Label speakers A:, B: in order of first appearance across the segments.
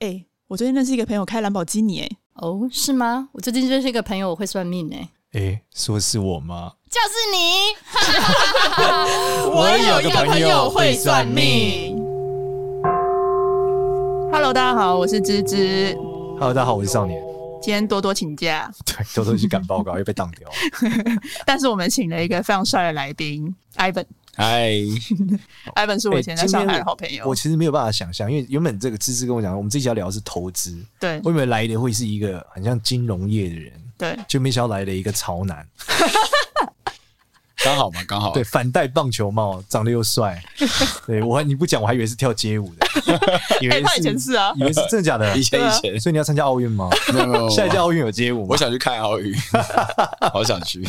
A: 哎、我最近认识一个朋友开兰博基尼、哎，
B: 哦，是吗？我最近认识一个朋友，我会算命哎、
C: 诶，说是我吗？
B: 就是你。
C: 我有个朋友会算命。
A: Hello，大家好，我是芝芝，
C: Hello，大家好，我是少年。
A: 今天多多请假，
C: 对，偷偷去赶报告又被当掉。
A: 但是我们请了一个非常帅的来宾，Ivan。
C: 嗨，
A: Ivan 是我以前在上海的好朋友。
C: 哎我其实没有办法想象，因为原本这个芝芝跟我讲，我们这期要聊的是投资，
A: 对
C: 我以为来的会是一个很像金融业的人，
A: 对，
C: 就没想到来了一个潮男，
D: 刚好嘛，刚好。
C: 对，，反戴棒球帽，长得 又帅。对我还你不讲，我还以为是跳街舞的，以
A: 哎、
C: 为
A: 他以前
C: 是
A: 是啊，
C: 以为是真的假的
D: 以。前以前，
C: 所以你要参加奥运吗？
D: 没有没有没有啊
C: 下一届奥运有街舞吗？
D: 我想去看 奥运，好想去。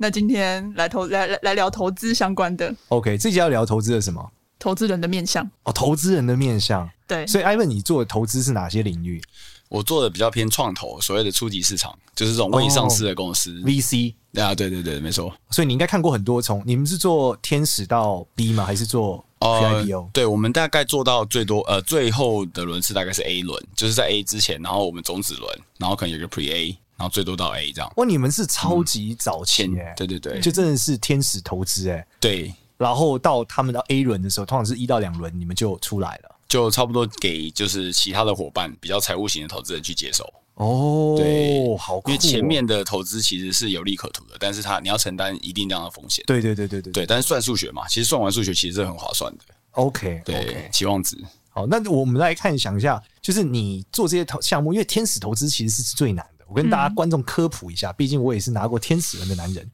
A: 那今天来投来来来聊投资相关的
C: OK，这期要聊投资的什么？
A: 投资人的面相。
C: 哦，投资人的面向。
A: 对，
C: 所以，Ivan，你做的投资是哪些领域
D: 我做的比较偏创投，所谓的初级市场，就是这种未上市的公
C: 哦
D: 司。
C: ？VC。
D: 啊，对对对，没错。
C: 所以你应该看过很多从，你们是做天使到 B 吗？还是做 IPO？、
D: 呃对，我们大概做到最多呃，最后的轮次大概是 A 轮，就是在 A 之前，然后我们种子轮，然后可能有一个 Pre A，然后最多到 A 这样。
C: 哇，你们是超级早期
D: 前
C: 耶、
D: 嗯对对对
C: 就真的是天使投资哎、
D: 对，
C: 然后到他们到 A 轮的时候，通常是一到两轮，你们就出来了。
D: 就差不多给就是其他的伙伴比较财务型的投资人去接手。
C: 哦，
D: 对
C: 好酷、
D: 因
C: 哦！
D: 为前面的投资其实是有利可图的，但是它你要承担一定量的风险。
C: 对对对对对
D: 对，但是算数学嘛，其实算完数学其实是很划算的。
C: ，OK
D: 对
C: OK，
D: 期望值
C: 好，那我们来看想一下，就是你做这些投项目，因为天使投资其实是最难的。我跟大家观众科普一下，毕竟我也是拿过天使人的男人。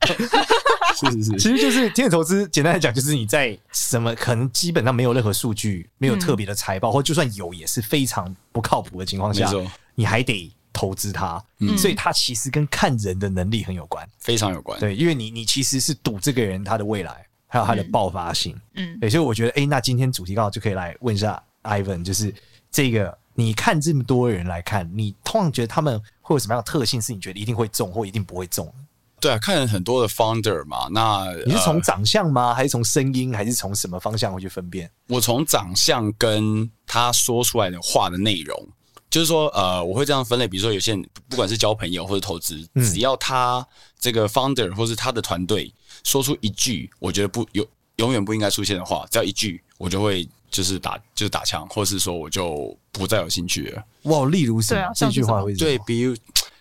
D: 是是
C: 其，实 就是天使投资，简单来讲，就是你在什么可能基本上没有任何数据，没有特别的财报，或就算有，也是非常不靠谱的情况下
D: 没错，嗯
C: 你还得投资它。所以它其实跟看人的能力很有关。
D: 非常有关。
C: 对，因为你你其实是赌这个人他的未来，还有他的爆发性。
A: 嗯，
C: 对，所以我觉得，哎、那今天主题刚好就可以来问一下 Ivan，就是这个你看这么多人来看，你通常觉得他们会有什么样的特性，是你觉得一定会中或一定不会中的？
D: 对啊，看很多的 founder 嘛，那
C: 你是从
D: 呃
C: 长相吗？还是从声音？还是从什么方向会去分辨？
D: 我从长相跟他说出来的话的内容，就是说呃，我会这样分类，比如说有些人不管是交朋友或者投资，
C: 嗯
D: 只要他这个 founder 或是他的团队说出一句我觉得不有永远不应该出现的话，只要一句，我就会就是打就是打枪，或是说我就不再有兴趣了。
C: 哇，例如什么？
A: 对啊
C: 这
A: 像
C: 句
A: 是什
C: 话
A: 么
C: 会是什
D: 对，
C: 么
D: 比如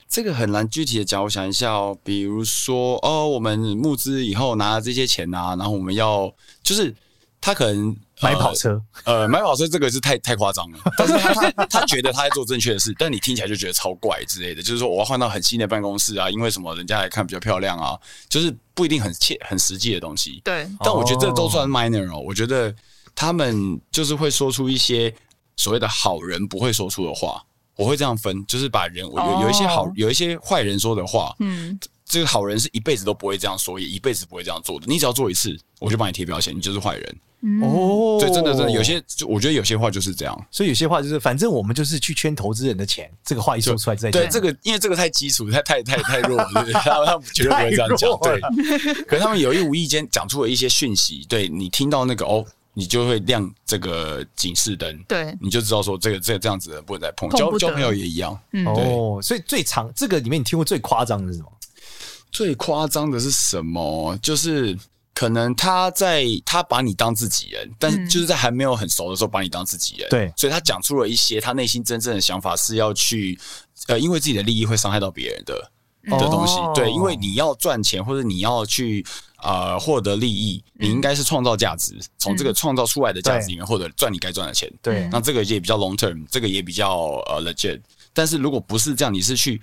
D: 这个很难具体的讲，我想一下哦，比如说哦，我们募资以后拿了这些钱啊，然后我们要就是他可能。
C: 买
D: 呃
C: 跑车，
D: 呃，买跑车这个是太太夸张了，但是他他他觉得他在做正确的事，但你听起来就觉得超怪之类的，就是说我要换到很新的办公室啊，因为什么人家来看比较漂亮啊，就是不一定很切很实际的东西。
A: 对，
D: 但我觉得这都算 minor 哦。我觉得他们就是会说出一些所谓的好人不会说出的话，我会这样分，就是把人我
A: 哦
D: 有有一些好，有一些坏人说的话，
A: 嗯，
D: 这个好人是一辈子都不会这样说，也一辈子不会这样做的。你只要做一次，我就帮你贴标签，你就是坏人。
A: 嗯
C: 哦
D: 对，真的真的有，些，就我觉得有些话就是这样。
C: 所以有些话就是，反正我们就是去圈投资人的钱，这个话一说出来再
D: 对
C: 讲。
D: 这个，因为这个太基础，太太太太弱了， 对不对他们他们绝对不会这样讲。
C: 太弱
D: 对
C: 了，
D: 可是他们有意无意间讲出了一些讯息，对你听到那个哦，你就会亮这个警示灯。
A: 对，
D: 你就知道说这个这个这样子的人不能再碰，
A: 碰
D: 交
A: 不
D: 交
A: 得
D: 朋友也一样。
A: 嗯，
C: 哦，所以最长这个里面你听过最夸张的是什么？
D: 最夸张的是什么？哦就是可能他在他把你当自己人，但
A: 嗯
D: 是就是在还没有很熟的时候把你当自己人。
C: 对
D: 所以他讲出了一些他内心真正的想法是要去呃，因为自己的利益会伤害到别人
A: 嗯
D: 的。的东西
C: 哦，
D: 对，因为你要赚钱或者你要去呃获得利益，
A: 嗯
D: 你应该是创造价值，从这个创造出来的价值里面获得赚你该赚的钱。
C: 对
D: 那这个也比较 long term，这个也比较呃 legit。但是如果不是这样，你是去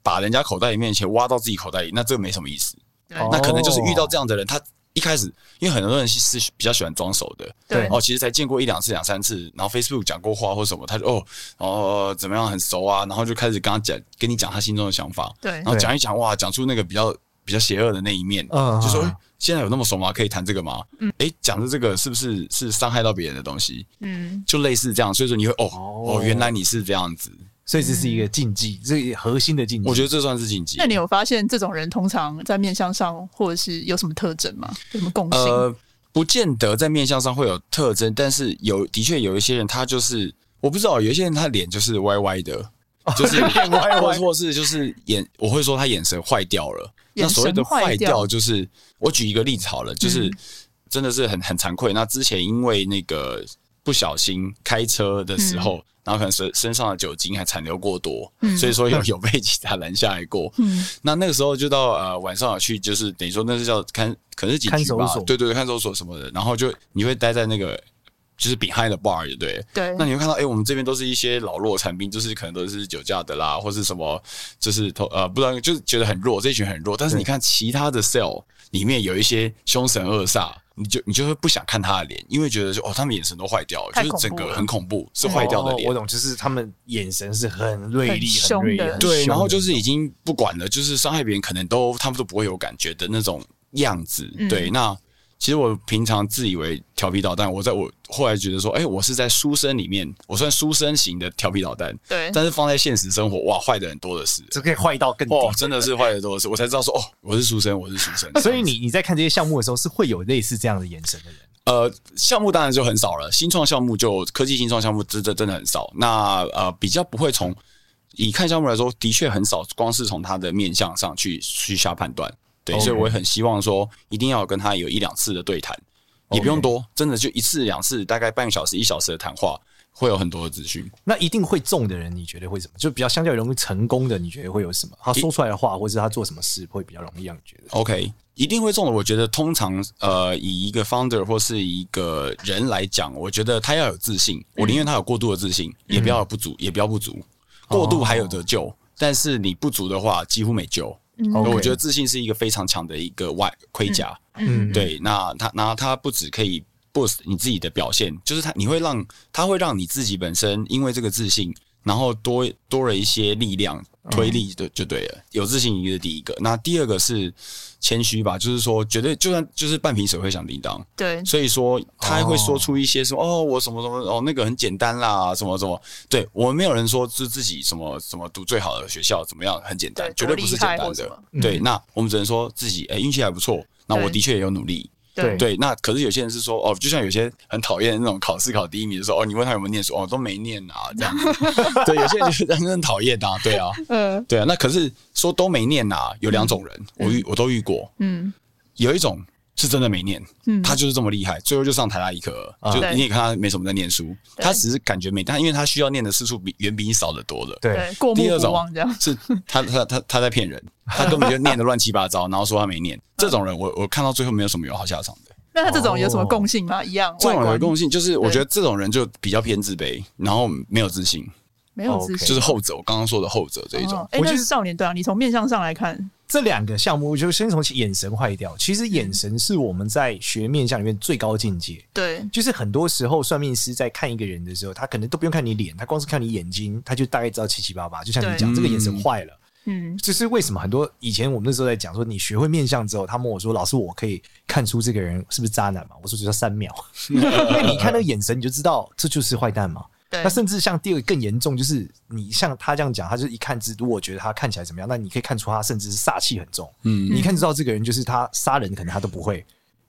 D: 把人家口袋里面的钱挖到自己口袋里，那这个没什么意思。
A: 哦
D: 那可能就是遇到这样的人，他一开始因为很多人是是比较喜欢装熟的，
A: 对
D: 哦，其实才见过一两次、两三次，然后 Facebook 讲过话或什么，他就哦哦怎么样很熟啊，然后就开始跟他讲，跟你讲他心中的想法，
A: 对
D: 然后讲一讲哇，讲出那个比较比较邪恶的那一面，
C: 嗯
D: 就说。诶现在有那么熟吗？可以谈这个吗？嗯，哎，讲的这个是不是是伤害到别人的东西？
A: 嗯，
D: 就类似这样，所以说你会哦
C: 哦
D: 哦原来你是这样子，
C: 所以这是一个禁忌，这个核心的禁忌。
D: 我觉得这算是禁忌
A: 那。你有发现这种人通常在面相上或者是有什么特征吗？有什么共性？
D: 呃呃，不见得在面相上会有特征，但是有的确有一些人他就是我不知道，有一些人他脸就是歪歪的，
A: 哦
D: 就是
C: 脸歪
D: 或
C: 歪
D: 或是就是眼，我会说他眼神坏掉了。那
A: 眼
D: 所谓
A: 神
D: 的
A: 坏
D: 坏
A: 掉嗯
D: 掉，就是我举一个例子好了，就是真的是很很惭愧。那之前因为那个不小心开车的时
A: 嗯
D: 候，然后可能身身上的酒精还残留过多，所以说有 有被警察拦下来过。
A: 嗯
D: 那那个时候就到呃晚上有去，就是等于说那是叫看，可能是警
C: 看
D: 局
C: 守
D: 吧
C: 所，
D: 对对对，看守所什么的。然后就你会待在那个就是 behind the bar，对对了？
A: 对
D: 那你会看到，哎、我们这边都是一些老弱残兵，就是可能都是酒驾的啦，或是什么，就是头呃，不知道，就是觉得很弱，这一群很弱。但是你看其他的 cell 里面有一些凶神恶煞，你就你就会不想看他的脸，因为觉得说哦，他们眼神都坏掉了，
A: 太
D: 就是
A: 恐
D: 整
A: 怖
D: 个
A: 了
D: 很恐怖，是坏掉的
C: 哦
D: 脸。
C: 我懂，就是他们眼神是很锐利、
A: 很
C: 很锐利
A: 凶的，
C: 很
D: 对，
C: 凶
D: 然后
C: 的
D: 就是已经不管了，就是伤害别人，可能都他们都不会有感觉的那种样子。
A: 嗯
D: 对，那其实我平常自以为调皮捣蛋，我在我后来觉得说，哎、我是在书生里面，我算书生型的调皮捣蛋，
A: 对
D: 但是放在现实生活，哇，坏的人多的是。
C: 这可以坏到更低。
D: 哦，真的是坏的多的是，我才知道说哦，我是书生，我是书生。
C: 所以你你在看这些项目的时候，是会有类似这样的眼神的人。
D: 呃，项目当然就很少了，新创项目就科技新创项目真的真的很少。那呃，比较不会从以看项目来说，的确很少，光是从他的面相上去去下判断。对
C: OK
D: 所以我也很希望说，一定要跟他有一两次的对谈，也不用多真的就一次两次，大概半个小时一小时的谈话，会有很多的资讯。
C: 那一定会中的人，你觉得会什么？就比较相较容易成功的，你觉得会有什么？他说出来的话，或者他做什么事，会比较容易让你觉得
D: OK，一定会中的。我觉得通常呃，以一个 founder 或是一个人来讲，我觉得他要有自信。我宁愿他有过度的自信，也不要有不足，也不要不足。过度还有得救，但是你不足的话，几乎没救。
A: 嗯
C: OK
D: 我觉得自信是一个非常强的一个外盔甲。
C: 嗯，
D: 对，那他然后他不止可以 boost 你自己的表现，就是他你会让他会让你自己本身因为这个自信，然后多多了一些力量推
C: 嗯
D: 力的就对了。有自信一个是第一个，那第二个是谦虚吧，就是说绝对就算就是半瓶水会响叮当，
A: 对，
D: 所以说他会说出一些说哦我什么什么哦那个很简单啦什么什么，对我们没有人说是自己什么什么读最好的学校怎么样很简单
A: 对，
D: 绝
A: 多
D: 对不是
A: 厉
D: 简
A: 害
D: 单
A: 或什
D: 的
A: 么，
D: 对，那我们只能说自己哎运气还不错，那我
A: 对
D: 的确也有努力，
A: 对
D: 对，那可是有些人是说哦，就像有些很讨厌那种考试考第一名的时候，哦，你问他有没有念书，哦，都没念啊，这样子。对，有些人就是真的很讨厌啊，对啊，
A: 呃，
D: 对啊。那可是说都没念啊，有两种人，我遇我都遇过，
A: 嗯，
D: 有一种是真的没念，
A: 嗯
D: 他就是这么厉害，最后就上台大医科
C: 啊
D: 了，就
A: 对
D: 你也看他没什么在念书，
A: 对
D: 他只是感觉没，但因为他需要念的次数比远比你少得多了。
A: 对，过目
D: 第二
A: 不
D: 种
A: 忘这样，
D: 是他他他他在 骗人，他根本就念的乱七八糟，然后说他没
A: 嗯
D: 念，这种人我我看到最后没有什么友好下场的。
A: 那他这种有什么
C: 哦
A: 共性吗？一样，
D: 这种
A: 外
D: 人
A: 观
D: 有共性，就是我觉得这种人就比较偏自卑，然后没有自信，
A: 没有自
C: OK
A: 信，
D: 就是后者。我刚刚说的后者哦这一种
A: 哦，哎，
C: 我
A: 那
C: 就是
A: 少年对啊，你从面相上来看，
C: 这两个项目，我就先从眼神坏掉。其实眼神是我们在学面相里面最高境界。
A: 对，
C: 就是很多时候，算命师在看一个人的时候，他可能都不用看你脸，他光是看你眼睛，他就大概知道七七八八。就像你
A: 对
C: 讲，这个眼神
D: 嗯
C: 坏了。
A: 嗯，
C: 就是为什么很多以前我们那时候在讲说，你学会面相之后，他问我说：“老师，我可以看出这个人是不是渣男嘛？”我说：“只要三秒。”因为你看那个眼神，你就知道这就是坏蛋嘛。
A: 对
C: 那，甚至像第二个更严重，就是你像他这样讲，他就是一看之，如果觉得他看起来怎么样，那你可以看出他甚至是煞气很重。
D: 嗯
C: 你看知道这个人就是他杀人可能他都不会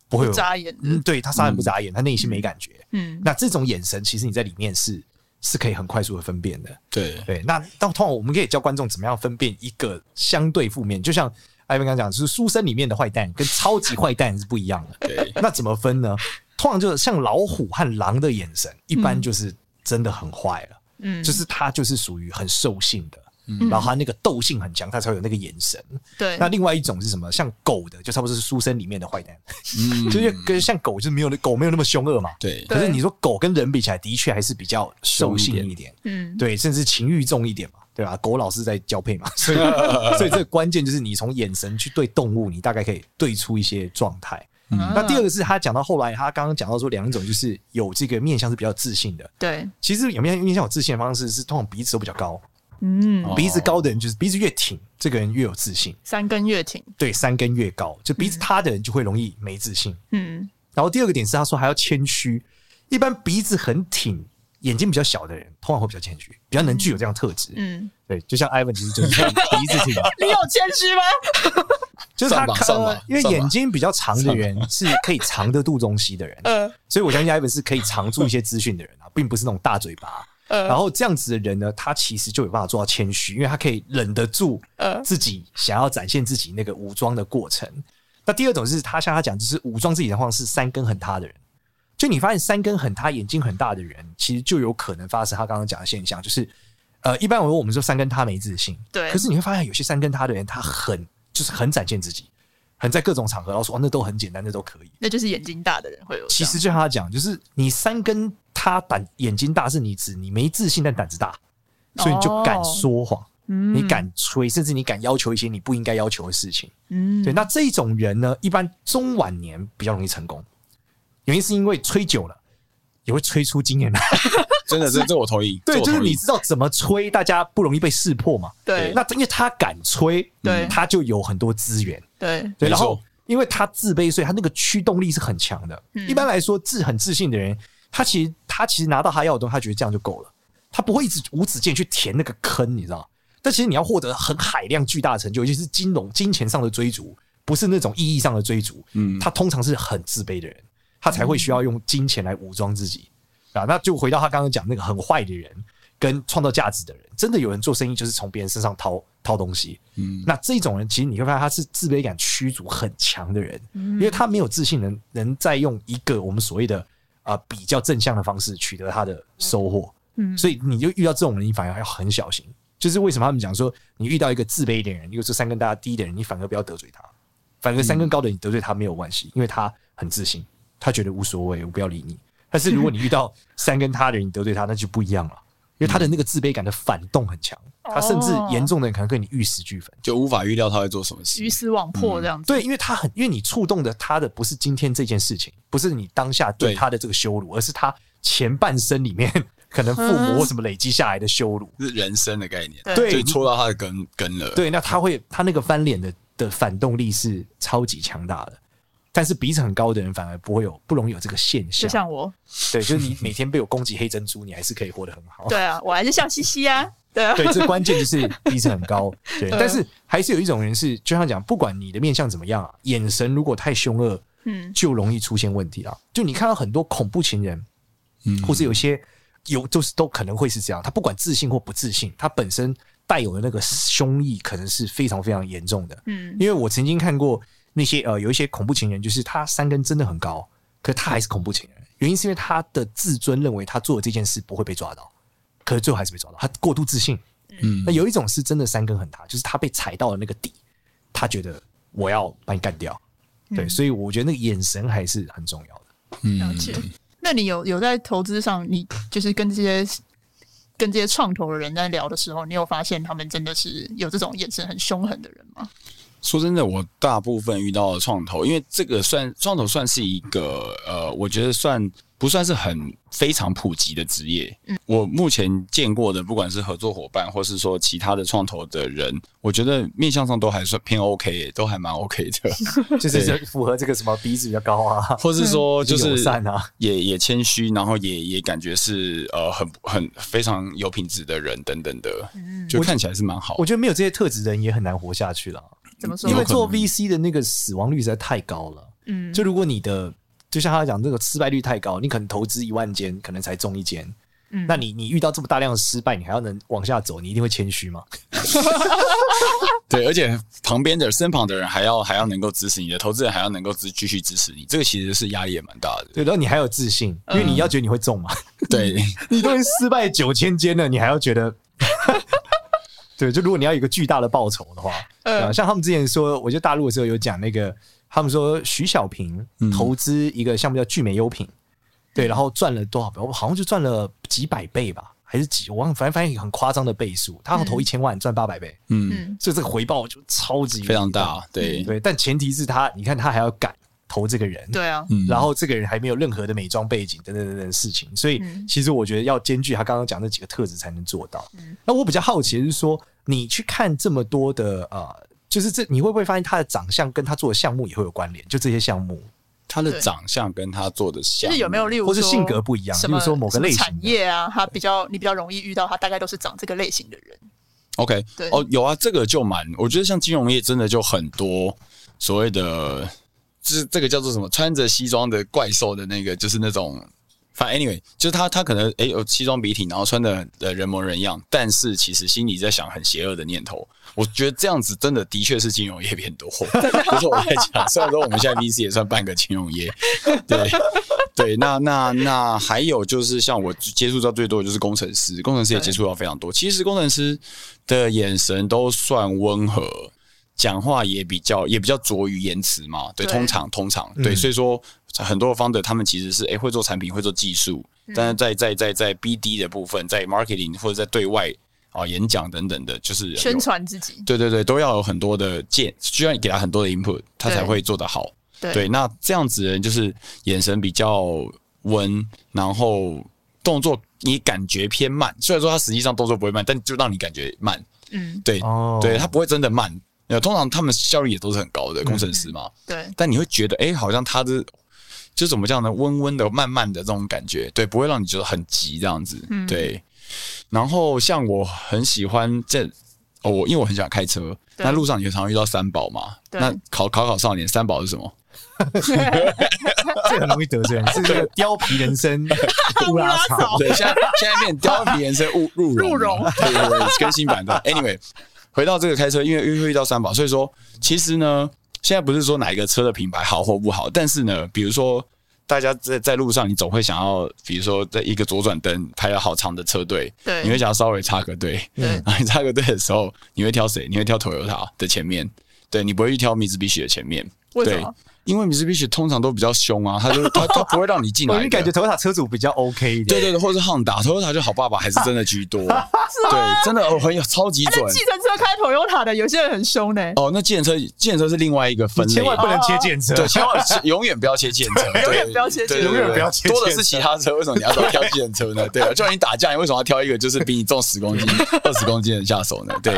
C: 不会有
A: 不眨眼的
C: 嗯，对他杀人不眨眼，他内心没感觉。
A: 嗯，
C: 那这种眼神，其实你在里面是是可以很快速的分辨的。
D: 对，
C: 对，那但通常我们可以教观众怎么样分辨一个相对负面，就像艾文刚讲，就是书生里面的坏蛋跟超级坏蛋是不一样的。
D: 对，
C: 那怎么分呢？通常就是像老虎和狼的眼神，一般就是真的很坏了，
A: 嗯
C: 就是他就是属于很兽性的。
D: 嗯
C: 然后他那个斗性很强，他才会有那个眼神。
A: 对，
C: 那另外一种是什么？像狗的，就差不多是书生里面的坏蛋，
D: 嗯
C: 就是跟像狗就是没有那狗没有那么凶恶嘛。
D: 对
C: 可是你说狗跟人比起来，的确还是比较兽性
D: 凶
C: 一
D: 一
C: 点。
A: 嗯，
C: 对，甚至情欲重一点嘛，对吧、狗老是在交配嘛，所以所以这个关键就是你从眼神去对动物，你大概可以对出一些状态。那第二
A: 个，
C: 个是他讲到后来，他刚刚讲到说两种就是有这个面相是比较自信的，
A: 对，
C: 其实有面面相有自信的方式是通常鼻子都比较高，
A: 嗯，
D: 哦
C: 鼻子高的人就是鼻子越挺，这个人越有自信。
A: 三根月挺，
C: 对，三根越高，就鼻子塌的人就会容易没自信。
A: 嗯，
C: 然后第二个点是他说还要谦虚，一般鼻子很挺、眼睛比较小的人，通常会比较谦虚，比较能具有这样的特质。
A: 嗯，
C: 对，就像艾文其实就是这样鼻子 挺，
A: 你有谦虚吗？
C: 就是他
D: 上吧
C: 看
D: 上吧
C: 因为
D: 上吧
C: 眼睛比较长的人是可以藏得住东西的人，
A: 呃，
C: 啊 所以我相信艾文是可以藏住一些资讯的人啊，并不是那种大嘴巴。然后这样子的人呢，他其实就有办法做到谦虚，因为他可以忍得住自己想要展现自己那个武装的过程。那第二种是他像他讲，就是武装自己的方式，三根很塌的人。就你发现三根很塌、眼睛很大的人，其实就有可能发生他刚刚讲的现象，就是呃，一般我我们说三根塌没自信，
A: 对
C: 可是你会发现有些三根塌的人，他很就是很展现自己，很在各种场合，然后说、哦、那都很简单，那都可以。
A: 那就是眼睛大的人会有这
C: 其
A: 样。
C: 实就像他讲，就是你三根塌胆眼睛大是你指你没自信但胆子大，
A: 哦
C: 所以你就敢说谎，你敢吹，甚至你敢要求一些你不应该要求的事情。
A: 嗯，
C: 对，那这种人呢，一般中晚年比较容易成功，原因是因为吹久了也会吹出经 验来。
D: 真的，这这我同意。
C: 对，
D: 这我
C: 就是
D: 同意
C: 你知道怎么吹，大家不容易被识破嘛。
A: 对
C: 那因为他敢吹，嗯
A: 对
C: 他就有很多资源。
A: 对
C: 对，
D: 没
C: 然
D: 错
C: 后因为他自卑，所以他那个驱动力是很强的。一般来说，自很自信的人，他其实他其实拿到他要的东西，他觉得这样就够了，他不会一直无止境去填那个坑，你知道？但其实你要获得很海量巨大的成就，尤其是金融金钱上的追逐，不是那种意义上的追逐。
D: 嗯
C: 他通常是很自卑的人，他才会需要用金钱来武装自己啊。那就回到他刚刚讲那个很坏的人。跟创造价值的人，真的有人做生意就是从别人身上掏掏东西，
D: 嗯
C: 那这种人，其实你会发现他是自卑感驱逐很强的人，因为他没有自信能能再用一个我们所谓的啊、呃比较正向的方式取得他的收获。
A: 嗯
C: 所以你就遇到这种人，你反而要很小心。就是为什么他们讲说，你遇到一个自卑一点的人，如果是三根大家低的人，你反而不要得罪他，反而三根高的你得罪他没有关系，因为他很自信，他觉得无所谓，我不要理你。但是如果你遇到三根他的人，你得罪他，那就不一样了，因为他的那个自卑感的反动很强，他甚至
A: 哦
C: 严重的人可能跟你玉石俱焚。
D: 就无法预料他会做什么事
A: 鱼。死网破这样子。
C: 对，因为他很，因为你触动的他的不是今天这件事情，不是你当下对
D: 对
C: 他的这个羞辱，而是他前半生里面 可能父母或什么累积下来的羞辱。
D: 是人生的概念，
A: 对
D: 就戳到他的根根了。，
C: 对，那他会，他那个翻脸的的反动力是超级强大的。但是鼻子很高的人反而不会有，不容易有这个现
A: 就
C: 象。
A: 像我，
C: 对，就是你每天被我攻击黑珍珠，你还是可以活得很好。
A: 对啊，我还是笑嘻嘻啊，对啊，
C: 哦对，这关键就是鼻子很高。对，但是还是有一种人是，就像讲，不管你的面相怎么样啊，眼神如果太凶恶，
A: 嗯，
C: 就容易出现问题了。啊就你看到很多恐怖情人，
D: 嗯
C: 或是有些有就是都可能会是这样，他不管自信或不自信，他本身带有的那个凶意可能是非常非常严重的。
A: 嗯，
C: 因为我曾经看过那些呃有一些恐怖情人，就是他三根真的很高，可他还是恐怖情人，原因是因为他的自尊认为他做的这件事不会被抓到，可是最后还是被抓到，他过度自信。
D: 嗯
C: 那有一种是真的三根很塌，就是他被踩到了那个底，他觉得我要把你干掉。
D: 嗯
C: 对，所以我觉得那个眼神还是很重要的。
A: 了解。
C: 嗯
A: 那你有有在投资上，你就是跟这些跟这些创投的人在聊的时候，你有发现他们真的是有这种眼神很凶狠的人吗？
D: 说真的，我大部分遇到的创投，因为这个算创投算是一个呃，我觉得算不算是很非常普及的职业。
C: 嗯
D: 我目前见过的，不管是合作伙伴，或是说其他的创投的人，我觉得面向上都还算偏 OK，耶都还蛮 OK 的。
C: 就是就符合这个什么鼻子比较高啊，
D: 或是说 就
C: 友
D: 是
C: 善啊，
D: 也也谦虚，然后也也感觉是呃很很非常有品质的人等等的，就看起来是蛮
C: 嗯
D: 好
C: 我。觉得没有这些特质的人也很难活下去了，
A: 怎么说
C: 因？为
D: 有可能
C: 做 VC 的那个死亡率实在太高了。
A: 嗯，
C: 就如果你的就像他讲这个失败率太高，你可能投资一万间，可能才中一间。
A: 嗯
C: 那你你遇到这么大量的失败，你还要能往下走，你一定会谦虚嘛？
D: 对，而且旁边的身旁的人还要还要能够支持你的投资人，还要能够支继续支持你，这个其实是压力也蛮大的。
C: 对，然后你还有自信，
A: 嗯
C: 因为你要觉得你会中嘛。
D: 对，
C: 你都已经失败九千间了，你还要觉得？ 对，就如果你要有一个巨大的报酬的话，
A: 嗯
C: 呃，像他们之前说，我觉得大陆的时候有讲那个，他们说徐小平
D: 嗯
C: 投资一个项目叫聚美优品，对，然后赚了多少倍？我好像就赚了几百倍吧，还是几？我忘了，反正反正很夸张的倍数，他要投一千万赚八百倍，
D: 嗯，
A: 嗯，
C: 所以这个回报就超级
D: 非常。大。对，
C: 对，但前提是他，你看他还要敢投这个人，
A: 对啊，
D: 嗯
C: 然后这个人还没有任何的美妆背景等等等等的事情，所以
A: 嗯
C: 其实我觉得要兼具他刚刚讲那几个特质才能做到。那我比较好奇的是说，你去看这么多的呃，就是这你会不会发现他的长相跟他做的项目也会有关联？就这些项 目，
D: 他的
A: 对
D: 长相跟他做的
A: 就
D: 像，
A: 是有没有例如
C: 或是
A: 说
C: 性格不一样
A: 什
C: 例如
A: 么
C: 说某个
A: 什么
C: 类型
A: 产
C: 的
A: 业啊，他比较你比较容易遇到，他大概都是长这个类型的人。
D: OK，
A: 对
D: 哦，有啊，这个就蛮，我觉得像金融业真的就很多所谓的，就是这个叫做什么，穿着西装的怪兽的那个，就是那种反正 anyway，就是他他可能哎、有西装笔挺，然后穿的呃人模人样，但是其实心里在想很邪恶的念头。我觉得这样子真的的确是金融业偏多，不是我在讲。虽然说我们现在 VC 也算半个金融业，对对。那那那还有就是像我接触到最多的就是工程师，工程师也接触到非常多。其实工程师的眼神都算温和，讲话也比较也比较拙于言辞嘛。对，
A: 对
D: 通常通常对，
C: 嗯
D: 所以说很多方的他们其实是诶、会做产品，会做技术，
A: 嗯
D: 但是在在在在 BD 的部分，在 marketing 或者在对外啊演讲等等的，就是有
A: 宣传自己，
D: 对对对，都要有很多的建，需要你给他很多的 input，他
A: 对
D: 才会做得好。
A: 对
D: 对，那这样子的人就是眼神比较温，然后动作你感觉偏慢，虽然说他实际上动作不会慢，但就让你感觉慢。
A: 嗯，
D: 对，
C: 哦
D: 对他不会真的慢。呃，通常他们效率也都是很高的工程师嘛，
A: 对，
D: 但你会觉得，哎、好像他的就怎么讲呢？温温的、慢慢的这种感觉，对，不会让你觉得很急这样子，
A: 嗯
D: 对。然后像我很喜欢这，哦，我因为我很喜欢开车，
A: 对
D: 那路上你常常遇到三宝嘛，
A: 对
D: 那考考考少年三宝是什么？
C: 这个很容易得罪人，是这个貂皮人参乌拉草，
D: 对，现在现在变貂皮人参入入
A: 入
D: 容了，对对对，更新版的。Anyway，回到这个开车，因为因为会遇到三宝，所以说其实呢，现在不是说哪一个车的品牌好或不好，但是呢，比如说大家在在路上，你总会想要，比如说在一个左转灯排了好长的车队，
A: 对
D: 你会想要稍微插个队，
C: 嗯
A: 对
D: 然后你插个队的时候，你会挑谁？你会挑 Toyota 的前面，对你不会去挑 Mitsubishi 的前面，
A: 为什
D: 对
A: 么？
D: 因为 Mitsubishi 通常都比较凶啊，他就他他不会让你进来
C: 我
D: 的。
C: 你感觉头塔车主比较 OK 一点，
D: 对对对，或者是 Honda、Toyota 就好爸爸还是真的居多，啊 对，真的哦很有超级
A: 那
D: 准。
A: 计程车开 Toyota 的，有些人很凶呢。
D: 哦，那建车建车是另外一个分
C: 你
D: 类
C: 千，万不能切电车，
D: 对，千万永远不要切建 车，
A: 永远
D: 对
A: 不要切建车
D: 对对对对
C: 永远不要切
D: 多的
C: 建车
D: 是其他车，为什么你要挑建车呢？对啊，就算你打架，你为什么要挑一个就是比你重十 公斤、二十公斤的下手呢？对，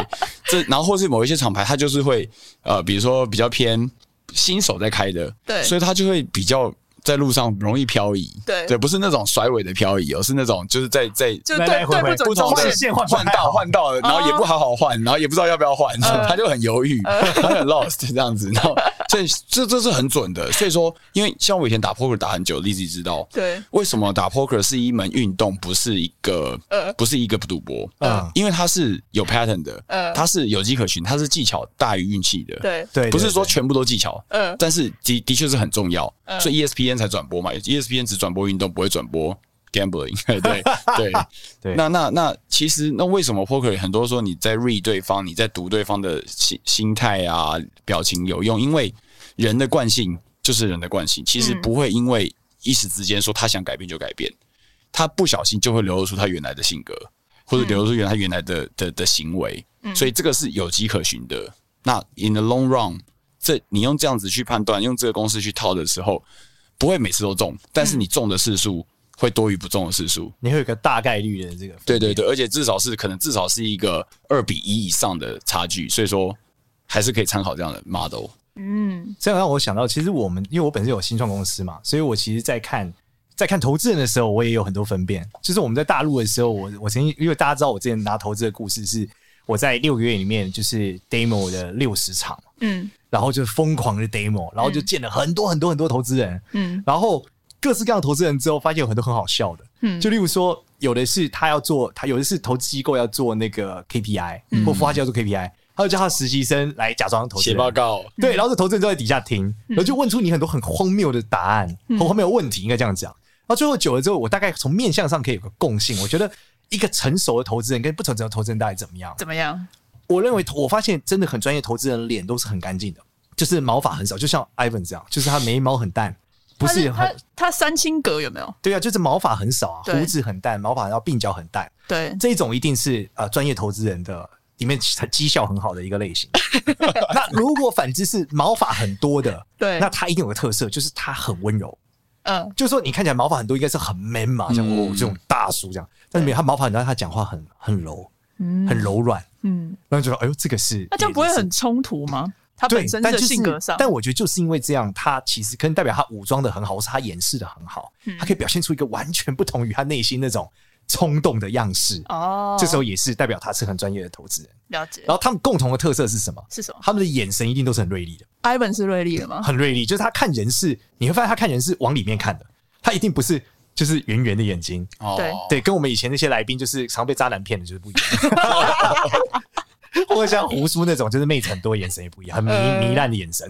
D: 这然后或是某一些厂牌，它就是会呃，比如说比较偏新手在开的，
A: 对
D: 所以它就会比较。在路上容易漂移，
A: 对
D: 对，不是那种甩尾的漂移哦，是那种就是在在
A: 就
C: 来
A: 对
C: 来回
A: 对
C: 回
A: 准
D: 不同
A: 中
D: 的
C: 换
A: 线，
C: 线换不
D: 换道
C: 到
D: 换道，然后也不好好换，然后也不知道要不要换，
A: 嗯
D: 他就很犹豫，他很 lost 这样子，然后所以这这是很准的。所以说，因为像我以前打 poker 打很久，立即知道
A: 对
D: 为什么打 poker 是一门运动，不是一个
A: 呃
D: 不是一个赌博，
C: 嗯
D: 因为它是有 pattern 的
A: 呃，
D: 它是有迹可循，它是技巧大于运气的，
A: 对
C: 对，对
D: 不是说
C: 对
D: 全部都技巧，
A: 呃
D: 但是的的确是很重要，
A: 嗯
D: 所以 E ESPN 才转播嘛，ESPN ，E 只转播运动，不会转播 gambling 对。对对
C: 对
D: 那那那其实那为什么 poker 很多说你在 read 对方，你在读对方的心心态啊、表情有用？因为人的惯性就是人的惯性，其实
A: 嗯
D: 不会因为一时之间说他想改变就改变，他不小心就会流露出他原来的性格，或者流露出原来他原来的的的行为，
A: 嗯
D: 所以这个是有迹可循的。那 in the long run，这你用这样子去判断，用这个公式去套的时候，不会每次都中，但
A: 嗯
D: 是你中的次数会多于不中的次数。
C: 你会有一个大概率的这个，
D: 对对对，而且至少是可能至少是一个二比一以上的差距，所以说还是可以参考这样的 model。
A: 嗯
C: 这样让我想到，其实我们因为我本身有新创公司嘛，所以我其实在看在看投资人的时候，我也有很多分辨。就是我们在大陆的时候，我我曾经因为大家知道我之前拿投资的故事是我在六个月里面就是 demo 的六十场，
A: 嗯
C: 然后就疯狂的 demo，然后就见了很多很多很多投资人，
A: 嗯
C: 然后各式各样的投资人之后，发现有很多很好笑的，
A: 嗯
C: 就例如说，有的是他要做，他有的是投资机构要做那个 KPI，、或
A: 嗯
C: 孵化器要做 KPI，他就叫他实习生来假装投资
D: 写
C: 人
D: 报告，
A: 嗯
C: 对，然后这投资人就在底下听，然后就问出你很多很荒谬的答案，
A: 嗯
C: 很荒谬的问题，应该这样讲。然后最后久了之后，我大概从面相上可以有个共性，我觉得一个成熟的投资人跟不成熟的投资人到底怎么样？
A: 怎么样？
C: 我认为我发现真的很专业投资人脸都是很干净的，就是毛发很少，就像 Ivan 这样，就是他眉毛很淡，不是
A: 他
C: 很
A: 他他三清阁有没有？
C: 对啊，就是毛发很少啊，
A: 对
C: 胡子很淡，毛发然后鬓角很淡，
A: 对
C: 这种一定是呃专业投资人的里面绩效很好的一个 类型。那如果反之是毛发很多的，
A: 对
C: 那他一定有个特色，就是他很温柔。
A: 嗯
C: 就是说你看起来毛发很多，应该是很 man 嘛，像
D: 嗯
C: 我、这种大叔这样，但是没有他毛发很多，他讲话很很柔，很柔软，
A: 嗯，
C: 然后就说哎呦这个是，
A: 那这样不会很冲突吗？他
C: 对
A: 本身，
C: 但
A: 的
C: 就是
A: 性格上，
C: 但我觉得就是因为这样，他其实可能代表他武装的很好，或是他掩饰的很好，
A: 嗯
C: 他可以表现出一个完全不同于他内心那种冲动的样式。
A: 哦，
C: 这时候也是代表他是很专业的投资人。
A: 了解
C: 然后他们共同的特色是什么？
A: 是什么
C: 他们的眼神一定都是很锐利的，
A: ？Ivan 是瑞丽的吗？
C: 很锐利。就是他看人是，你会发现他看人是往里面看的，他一定不是就是圆圆的眼睛，
D: 哦
A: 对
C: 对，跟我们以前那些来宾就是常被渣男骗的，就是不 一样。或者像胡叔那种，就是妹子很多，眼神也不一样，很迷
A: 呃
C: 糜烂的眼神。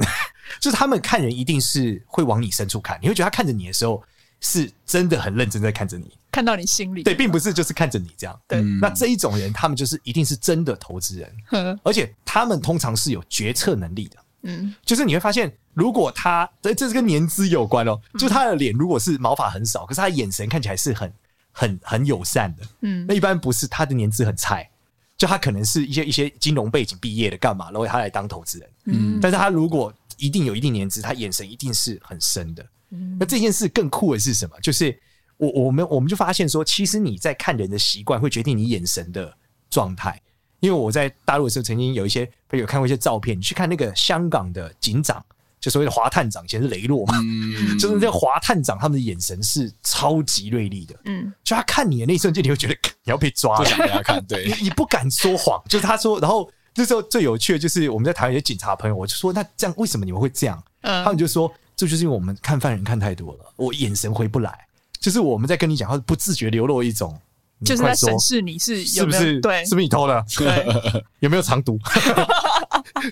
C: 就是他们看人一定是会往你深处看，你会觉得他看着你的时候是真的很认真在看着你，
A: 看到你心里
C: 对，并不是就是看着你这样。
A: 对
D: 嗯
C: 那这一种人，他们就是一定是真的投资人，
A: 呵
C: 而且他们通常是有决策能力的。
A: 嗯
C: 就是你会发现，如果他这这是跟年资有关哦，
A: 嗯
C: 就他的脸如果是毛发很少，可是他的眼神看起来是很很很友善的，
A: 嗯
C: 那一般不是他的年资很菜，就他可能是一些一些金融背景毕业的，干嘛，然后他来当投资人，
A: 嗯
C: 但是他如果一定有一定年资，他眼神一定是很深的。
A: 嗯
C: 那这件事更酷的是什么？就是我我们我们就发现说，其实你在看人的习惯会决定你眼神的状态。因为我在大陆的时候，曾经有一些朋友看过一些照片，你去看那个香港的警长，就所谓的华探长，以前是雷洛嘛，
D: 嗯
C: 就是那个华探长，他们的眼神是超级锐利的，
A: 嗯
C: 就他看你的那一瞬间，你会觉得你要被抓
D: 不
C: 了。
D: 想给他 看，对
C: 你，你不敢说谎，就是他说，然后那时候最有趣的就是我们在台湾有些警察朋友，我就说那这样为什么你们会这样？
A: 嗯
C: 他们就说这就是因为我们看犯人看太多了，我眼神回不来，就是我们在跟你讲话不自觉流露一种，你
A: 就是
C: 快
A: 在
C: 说
A: 审视你是
C: 是
A: 有
C: 不
A: 没有
C: 是
A: 对
C: 是不是你偷的？
A: 对
C: 有没有藏 毒？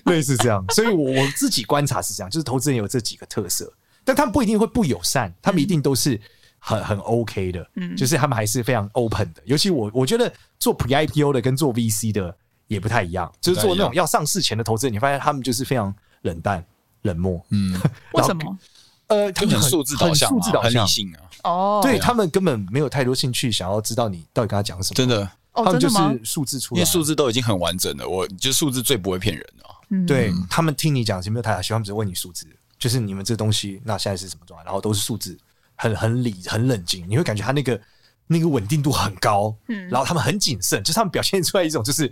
C: 类似这样，所以我我自己观察是这样，就是投资人有这几个特色，但他们不一定会不友善，他们一定都是很很 OK 的，
A: 嗯
C: 就是他们还是非常 open 的。尤其我我觉得做 Pre IPO 的跟做 VC 的也不太一样，就是做那种要上市前的投资人，你发现他们就是非常冷淡、冷漠，
D: 嗯，
A: 为什么
C: 呃，他
D: 就
C: 们
D: 很数字导
C: 很
D: 向
C: 数
D: 嘛，
C: 字导
D: 很
C: 向
D: 理，性啊，
A: 哦
C: 对他们根本没有太多兴趣想要知道你到底跟他讲什么，
D: 真的，
C: 他
A: 哦
C: 们就
A: 真的吗？
C: 是数字出
D: 因
C: 来
D: 为，数字都已经很完整了，我就数字最不会骗人啊了。
A: 嗯
C: 对、他们听你讲有没有太大啊喜欢，他们只问你数字，就是你们这东西那现在是什么状态，然后都是数字，很很理很冷静，你会感觉他那个那个稳定度很高，
A: 嗯
C: 然后他们很谨慎，就是他们表现出来一种就是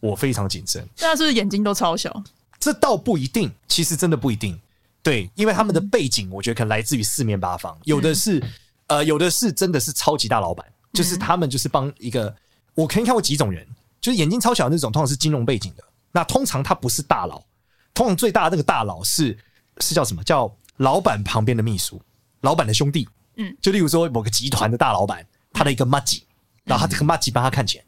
C: 我非常谨慎，
A: 那是不是眼睛都超 小？
C: 这倒不一定，其实真的不一定，对，因为他们的背景我觉得可能来自于四面八方，
A: 嗯
C: 有的是、呃有的是真的是超级大老板，就是他们就是帮一个，我可以看过几种人，就是眼睛超小的那种，通常是金融背景的，那通常他不是大佬。通常最大的那个大佬是是叫什么？叫老板旁边的秘书，老板的兄弟。
A: 嗯，
C: 就例如说某个集团的大老板，他的一个妈吉，然后他
A: 嗯
C: 这个妈吉帮他看钱，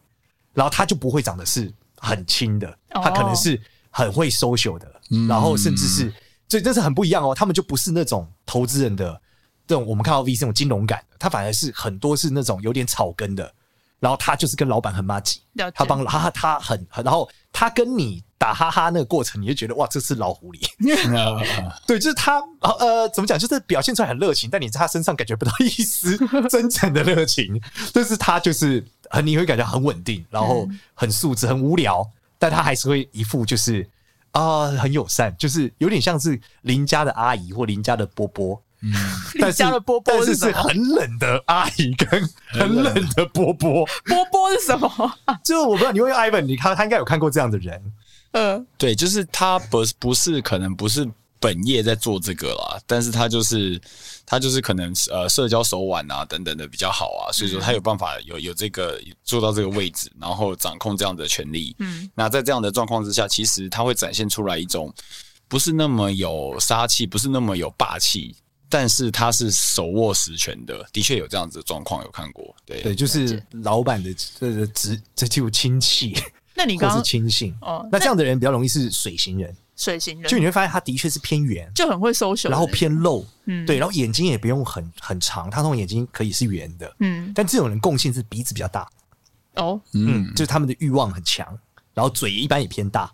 C: 然后他就不会长得是很轻的，
A: 哦
C: 他可能是很会 social 的，然后甚至是，所以这是很不一样哦。他们就不是那种投资人的这种我们看到 V 这种金融感的，他反而是很多是那种有点草根的，然后他就是跟老板很妈吉，
A: 了解
C: 他帮他他很很，然后他跟你打哈哈那个过程，你就觉得哇，这是老狐狸。对，啊就是他呃呃，怎么讲，就是表现出来很热情，但你在他身上感觉不到一 丝真诚的热情。但是他就是很，你会感觉很稳定，然后
A: 嗯
C: 很素质，很无聊，但他还是会一副就是啊、很友善，就是有点像是邻家的阿姨或邻家的伯伯。嗯，但
A: 邻
C: 是
A: 家的伯伯
C: 但是
A: 是什
C: 是
A: 么
C: 很冷的阿姨跟很冷的 伯伯，
A: 波波是什么？
C: 就我不知道你问 Ivan，你看他应该有看过这样的人，
A: 呃，
D: 对，就是他不是不是可能不是本业在做这个啦，但是他就是他就是可能呃社交手腕啊等等的比较好啊，所以说他有办法有有这个做到这个位置，然后掌控这样的权利。
A: 嗯，
D: 那在这样的状况之下，其实他会展现出来一种不是那么有杀气，不是那么有霸气。但是他是手握实权的，的确有这样子的状况，有看过。对，
C: 对，就是老板的这个职，这就亲戚。
A: 那你
C: 或
A: 刚
C: 是
A: 刚
C: 轻信。
A: 哦
C: 那这样的人比较容易是水型人，
A: 水型
C: 就
A: 人
C: 你会发现他的确是偏圆，
A: 就很会 social，
C: 然后
A: 的
C: 偏露，
A: 嗯
C: 对，然后眼睛也不用很很长，他那种眼睛可以是圆的，
A: 嗯
C: 但这种人共性是鼻子比较大，
A: 哦
C: 嗯，就是他们的欲望很强，然后嘴一般也偏大，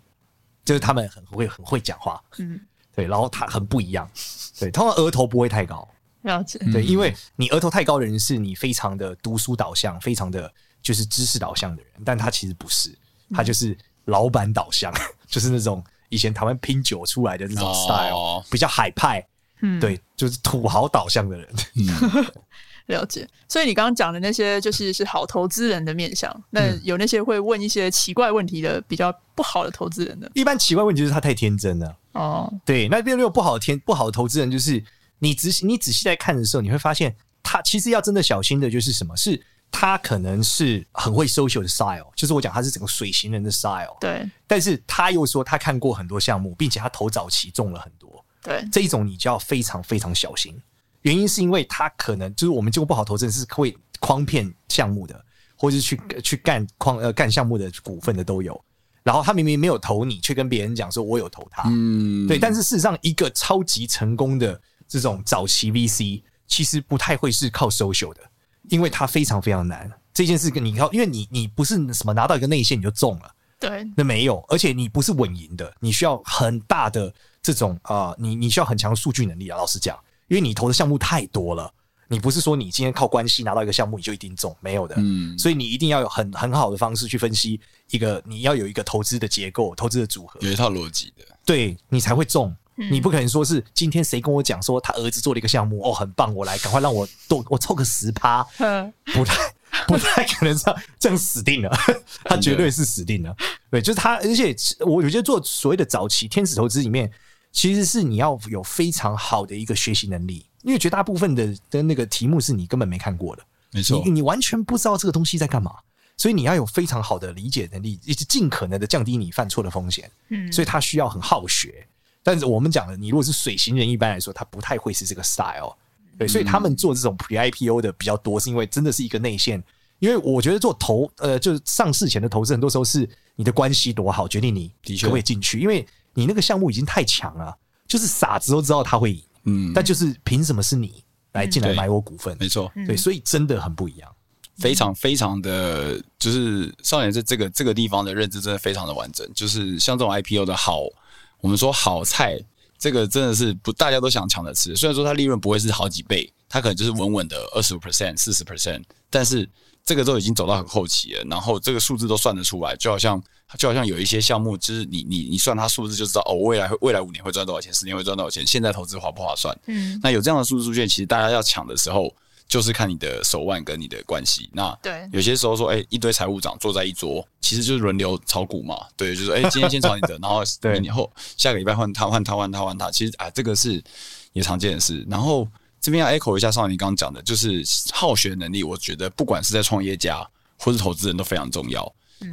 C: 就是他们很会很会讲话，
A: 嗯
C: 对，然后他很不一样，对，通常额头不会太高，
A: 了解嗯
C: 对，因为你额头太高的人是你非常的读书导向，非常的就是知识导向的人，但他其实不是，他就是老板导向， 就是那种以前台湾拼酒出来的那种
D: 哦
C: style，、比较海派，
A: 嗯
C: 对，就是土豪导向的人。
A: 了解。所以你刚刚讲的那些就是是好投资人的面相，那
C: 嗯
A: 有那些会问一些奇怪问题的比较不好的投资人的
C: 一般奇怪问题就是他太天真了，
A: 哦，
C: 对，那边如果不好的天不好的投资人，就是你仔细你仔细在看的时候，你会发现他其实要真的小心的就是什么是。他可能是很会 social 的 style，就是我讲他是整个水型人的 style，
A: 对
C: 但是他又说他看过很多项目，并且他投早期中了很多，
A: 对，
C: 这一种你就要非常非常小心，原因是因为他可能就是我们经过不好投资人是会诓骗项目的，或是去去干诓呃干项目的股份的都有。然后他明明没有投你，却跟别人讲说我有投他，
D: 嗯，
C: 对。但是事实上，一个超级成功的这种早期 VC 其实不太会是靠 social 的，因为它非常非常难。这件事跟你靠，因为你你不是什么拿到一个内线你就中了。
A: 对，
C: 那没有，而且你不是稳赢的，你需要很大的这种啊、呃你你需要很强的数据能力啊。老实讲，因为你投的项目太多了，你不是说你今天靠关系拿到一个项目你就一定中，没有的。
D: 嗯
C: 所以你一定要有很很好的方式去分析一个，你要有一个投资的结构、投资的组合，
D: 有一套逻辑的，
C: 对你才会中。你不可能说是今天谁跟我讲说他儿子做了一个项目哦，很棒，我来赶快让我多我凑个十趴，
A: 嗯，
C: 不太不太 可能这样这样死定了， 他绝对是死定了。对，就是他，而且我有些做所谓的早期天使投资里面，其实是你要有非常好的一个学习能力，因为绝大部分的的那个题目是你根本没看过的，
D: 没错
C: 你，你完全不知道这个东西在干嘛。所以你要有非常好的理解能力，以及尽可能的降低你犯错的风险。
A: 嗯
C: 所以他需要很好学。但是我们讲的，你如果是水行人，一般来说他不太会是这个 style。对，所以他们做这种 pre IPO 的比较多，是因为真的是一个内线。因为我觉得做投，呃，就是上市前的投资，很多时候是你的关系多好决定你
D: 的确
C: 可不可以进去，因为你那个项目已经太强了，就是傻子都知道他会赢，
D: 嗯，
C: 但就是凭什么是你来进来买我股份？
D: 没错，嗯
C: 对，所以真的很不一样。
D: 非常非常的，就是少年在这个这个地方的认知真的非常的完整。就是像这种 IPO 的好，我们说好菜，这个真的是不大家都想抢着吃。虽然说它利润不会是好几倍，它可能就是稳稳的二十五 percent、四十 percent，但是这个都已经走到很后期了，然后这个数字都算得出来，就好像就好像有一些项目，就是你你你算它数字就知道哦，未来会未来五年会赚多少钱，十年会赚多少钱，现在投资划不划算？
A: 嗯，
D: 那有这样的数字出现，其实大家要抢的时候，就是看你的手腕跟你的关系。那
A: 对
D: 有些时候说，哎、一堆财务长坐在一桌，其实就是轮流炒股嘛。对，就是哎、今天先炒你的，然后
C: 对
D: 明年后下个礼拜换他，换他，换他，换他。其实啊，这个是也常见的事。然后这边要 echo 一下少年刚刚讲的，就是好学能力，我觉得不管是在创业家或是投资人都非常重要。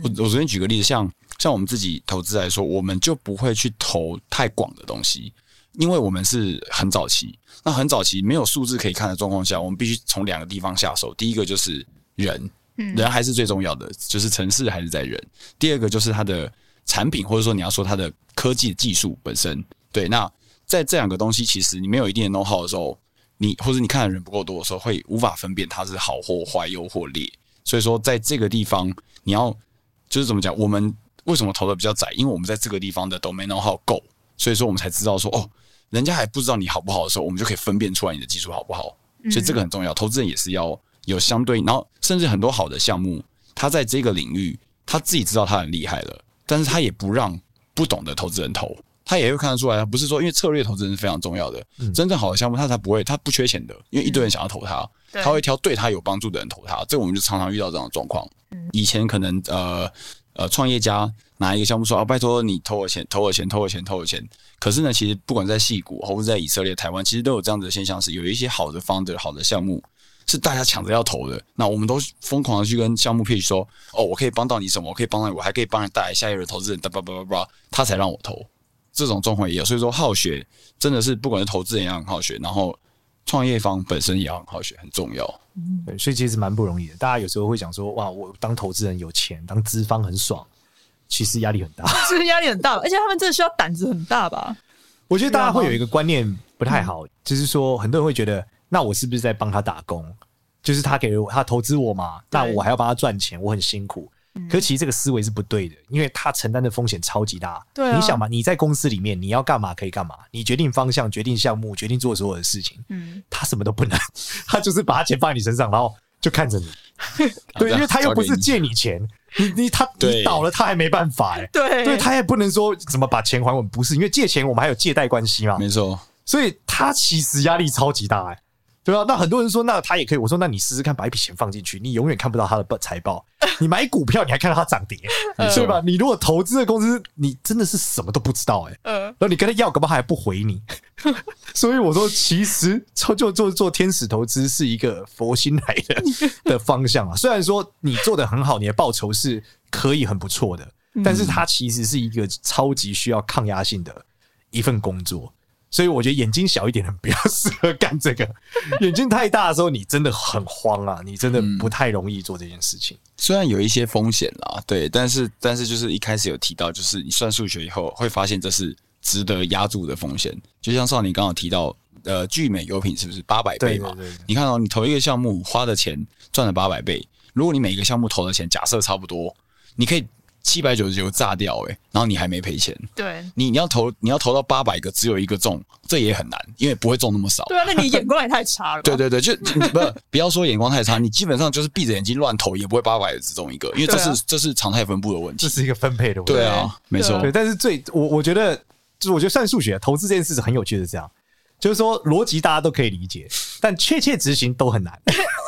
D: 我我昨天举个例子，像像我们自己投资来说，我们就不会去投太广的东西，因为我们是很早期。那很早期没有数字可以看的状况下，我们必须从两个地方下手。第一个就是人，人还是最重要的，就是城市还是在人。第二个就是它的产品，或者说你要说它的科技技术本身。对，那在这两个东西，其实你没有一定的 know how 的时候，你或者你看的人不够多的时候，会无法分辨它是好或坏、优或劣。所以说，在这个地方，你要就是怎么讲，我们为什么投的比较窄？因为我们在这个地方的 domain know how 够，所以说我们才知道说，哦，人家还不知道你好不好的时候，我们就可以分辨出来你的技术好不好。所以这个很重要，投资人也是要有相对，然后甚至很多好的项目，他在这个领域他自己知道他很厉害了，但是他也不让不懂的投资人投。他也会看得出来，不是说因为策略投资人是非常重要的，真正好的项目他才不会，他不缺钱的，因为一堆人想要投他，
A: 对
D: 他会挑对他有帮助的人投他。这我们就常常遇到这样的状况。以前可能呃呃创业家拿一个项目说啊，拜托你投我钱，投我钱，投我钱，投我钱。可是呢，其实不管在戏谷或者在以色列、台湾，其实都有这样子的现象，是有一些好的 founder、好的项目是大家抢着要投的。那我们都疯狂的去跟项目 pitch 说，哦，我可以帮到你什么？我可以帮到你，我还可以帮你带来下一轮投资人，叭叭叭叭叭，他才让我投。这种状况也有，所以说好学真的是不管是投资人也要很好学，然后创业方本身也要很好学，很重要。
C: 对，所以其实蛮不容易的。大家有时候会讲说，哇，我当投资人有钱，当资方很爽，其实压力很大。
A: 其实压力很大，而且他们真的需要胆子很大吧？
C: 我觉得
A: 啊
C: 大家会有一个观念不
A: 嗯
C: 太好，就是说很多人会觉得，那我是不是在帮他打工？就是他给我他投资我嘛，那
A: 对嗯
C: 我还要帮他赚钱，我很辛苦。可其实这个思维是不对的，因为他承担的风险超级大。
A: 对啊
C: 你想嘛，你在公司里面你要干嘛可以干嘛，你决定方向、决定项目、决定做所有的事情，
A: 嗯，
C: 他什么都不能， 他就是把他钱放在你身上，然后就看 着你。对，因为他又不是借你钱，你你他你
D: 对
C: 倒了，他还没办法哎、
A: 对，
C: 对他也不能说怎么把钱还我们，不是因为借钱我们还有借贷关系嘛，
D: 没错，
C: 所以他其实压力超级大哎、对啊，那很多人说，那他也可以。我说，那你试试看，把一笔钱放进去，你永远看不到他的财 报。你买股票，你还看到它涨跌，
D: 没错
C: 对吧？你如果投资的公司，你真的是什么都不知道哎、
A: 呃，
C: 然后你跟他要，干嘛还不回你？ 所以我说，其实做就做做天使投资是一个佛心来的的方向啊。虽然说你做的很好，你的报酬是可以很不错的，但是它其实是一个超级需要抗压性的一份工作。所以我觉得眼睛小一点的比较适合干这个，眼睛太大的时候你真的很慌啊，你真的不太容易做这件事情。
D: 虽然有一些风险啦，对，但是但是就是一开始有提到，就是你算数学以后会发现这是值得压住的风险。就像少年刚好提到，呃，聚美优品是不是八百
C: 对
D: 倍嘛？
C: 对对，
D: 你看哦，你投一个项目花的钱赚了八百倍，如果你每个项目投的钱假设差不多，你可以七百九十九炸掉诶、然后你还没赔钱。
A: 对。
C: 哦
D: 你你要投你要投到八百个，只有一个中，这也很难，因为不会中那么少。
A: 对啊，那你眼光也太差了吧？
D: 对对对，就 不不要说眼光太差，你基本上就是闭着眼睛乱投，也不会八百只中一个，因为这是、
A: 对啊
D: 这是常态分布的问
C: 这。
D: 题
C: 是一个分配的问题。
D: 对啊，没错，
C: 对，但是最我我觉得，就是我觉得算数学投资这件事是很有趣的，这样就是说逻辑大家都可以理解，但确切执行都很 难。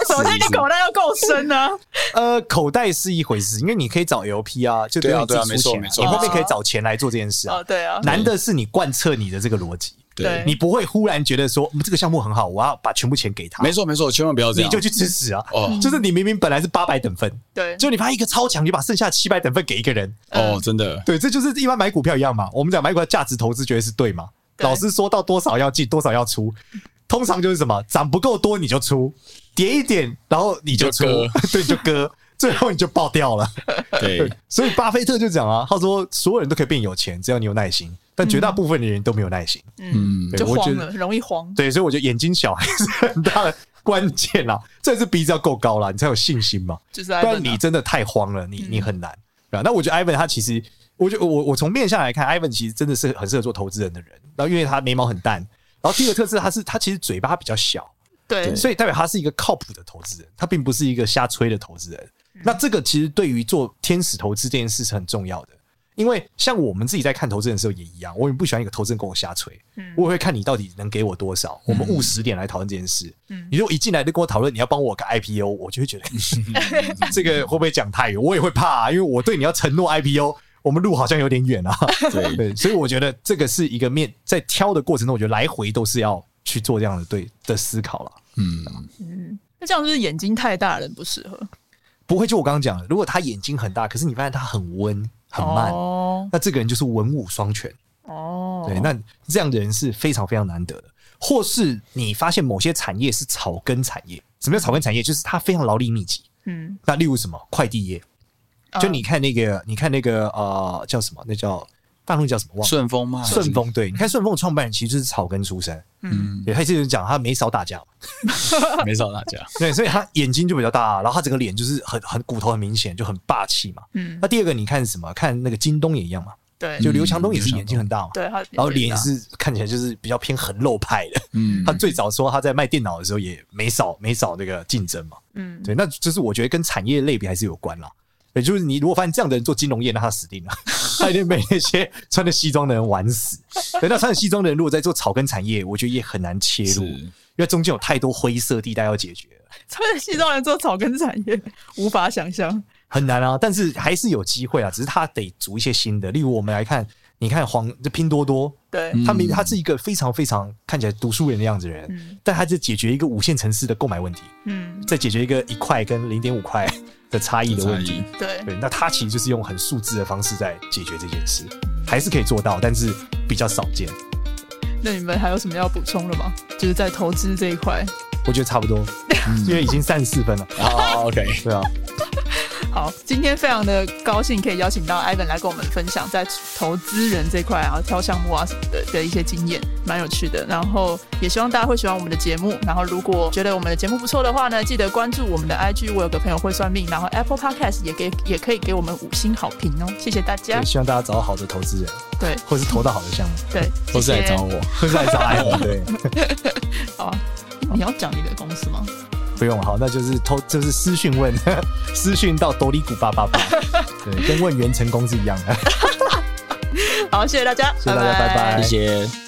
A: 首先你口袋要够深啊，
C: 呃，口袋是一回事，因为你可以找 LP 啊，就等于你
D: 对啊对啊
C: 自己出钱、
D: 没错
C: 你
D: 没错
C: 后面可以找钱来做这件事啊
A: 哦，。对啊，
C: 难的是你贯彻你的这个逻辑，
A: 对
C: 你不会忽然觉得说，嗯，这个项目很好，我要把全部钱给他，
D: 没错没错，千万不要这
C: 你
D: 样。
C: 就去吃屎啊！
D: 哦
C: 就是你明明本来是八百等分，
A: 对，
C: 就你发现一个超强，你把剩下七百等分给一个人，
D: 哦，真的，
C: 对，这就是一般买股票一样嘛。我们讲买股票价值投资，觉得是对嘛？
A: 对
C: 老师说到多少要进，多少要出，通常就是什么涨不够多你就出，跌一点然后你就出
D: 就割，
C: 对，就割，最后你就爆掉了。
D: 对，
C: 所以巴菲特就讲啊，他说所有人都可以变有钱，只要你有耐心，但绝大部分的人都没有耐心。
A: 嗯，
D: 嗯，
C: 对
A: 就
C: 我觉
A: 慌
C: 得
A: 了，容易慌。
C: 对，所以我觉得眼睛小还是很大的关键啦，这是鼻子要够高啦，你才有信心嘛。
A: 就是在
C: 不
A: 问
C: 然
A: 啊嗯
C: 你真的太慌了，你你很难，对吧？那我觉得 Ivan 他其实，我觉得我我从面相来看，Ivan 其实真的是很适合做投资人的人。然后因为他眉毛很淡，然后第二个特质他是他其实嘴巴比较小，
A: 对
C: 所以代表他是一个靠谱的投资人，他并不是一个瞎吹的投资人。那这个其实对于做天使投资这件事是很重要的，因为像我们自己在看投资人的时候也一样，我也不喜欢一个投资人跟我瞎吹，我也会看你到底能给我多少，我们务实点来讨论这件事。你如果一进来就跟我讨论你要帮我个 IPO，我就会觉得这个会不会讲太远，我也会怕、啊，因为我对你要承诺 IPO。我们路好像有点远啊，
D: 对
C: 对，所以我觉得这个是一个面在挑的过程中，我觉得来回都是要去做这样的对的思考了。
D: 嗯，
A: 那这样就是眼睛太大的人不适合，
C: 不会，就我刚刚讲的，如果他眼睛很大，可是你发现他很温很慢，
A: 哦
C: 那这个人就是文武双全。
A: 哦，
C: 对，那这样的人是非常非常难得的。或是你发现某些产业是草根产业，什么叫草根产业？就是它非常劳力密集。
A: 嗯，
C: 那例如什么快递业，就你看那个，你看那个呃叫什么？那叫大陆叫什么？忘了。
D: 顺风嘛，
C: 顺，丰对，你看顺丰的创办人其实就是草根出身，
D: 嗯，
C: 对，他之前讲他没少打架，
D: 没少大家，
C: 对，所以他眼睛就比较大，然后他整个脸就是很很骨头很明显，就很霸气嘛。
A: 嗯，
C: 那第二个，你看什么？看那个京东也一样嘛，
A: 对
C: 就刘强东也
D: 刘
C: 是
D: 强
C: 眼睛很大嘛，
A: 对，他
C: 然后脸也
A: 大
C: 是看起来就是比较偏横肉派的。
D: 嗯
C: 他最早说他在卖电脑的时候也没少没少那个竞争嘛，
A: 嗯，
C: 对，那就是我觉得跟产业类别还是有关啦。也就是你如果发现这样的人做金融业，那他死定了，他一定被那些穿着西装的人玩死。对，那穿着西装的人如果在做草根产业，我觉得也很难切入，
D: 是
C: 因为中间有太多灰色地带要解决。
A: 穿着西装来做草根产业，无法想象。
C: 很难啊，但是还是有机会啊，只是他得组一些新的。例如我们来看，你看黄这拼多多，
A: 对，
D: 嗯
C: 他明他是一个非常非常看起来读书人的样子的人，
A: 嗯
C: 但他是解决一个五线城市的购买问题，
A: 嗯，
C: 再解决一个一块跟零点五块的差异的问题。
A: 对，
C: 对，那他其实就是用很数字的方式在解决这件事，还是可以做到，但是比较少见。
A: 那你们还有什么要补充的吗？就是在投资这一块，
C: 我觉得差不多，因为已经三十四分了，
D: 好，OK，
C: 对啊，
A: 好，今天非常的高兴可以邀请到 Ivan 来跟我们分享在投资人这块啊、挑项目啊什么的的一些经验，蛮有趣的。然后也希望大家会喜欢我们的节目。然后如果觉得我们的节目不错的话呢，记得关注我们的 IG。我有个朋友会算命，然后 Apple Podcast 也给也可以给我们五星好评哦，谢谢大家
C: 对。啊希望大家找到好的投资人，
A: 对
C: 或是投到好的项目，
A: 对，
D: 都是来
A: 谢谢
D: 找我，
C: 或是来找 i 文，对。
A: 好啊，你要讲你的公司吗？
C: 不用，好，那就是偷，就是私讯问， 私讯到斗里谷八八八，对，跟问袁成功是一样的。
A: 好，谢谢大家，
C: 谢谢大家拜拜
D: 谢谢。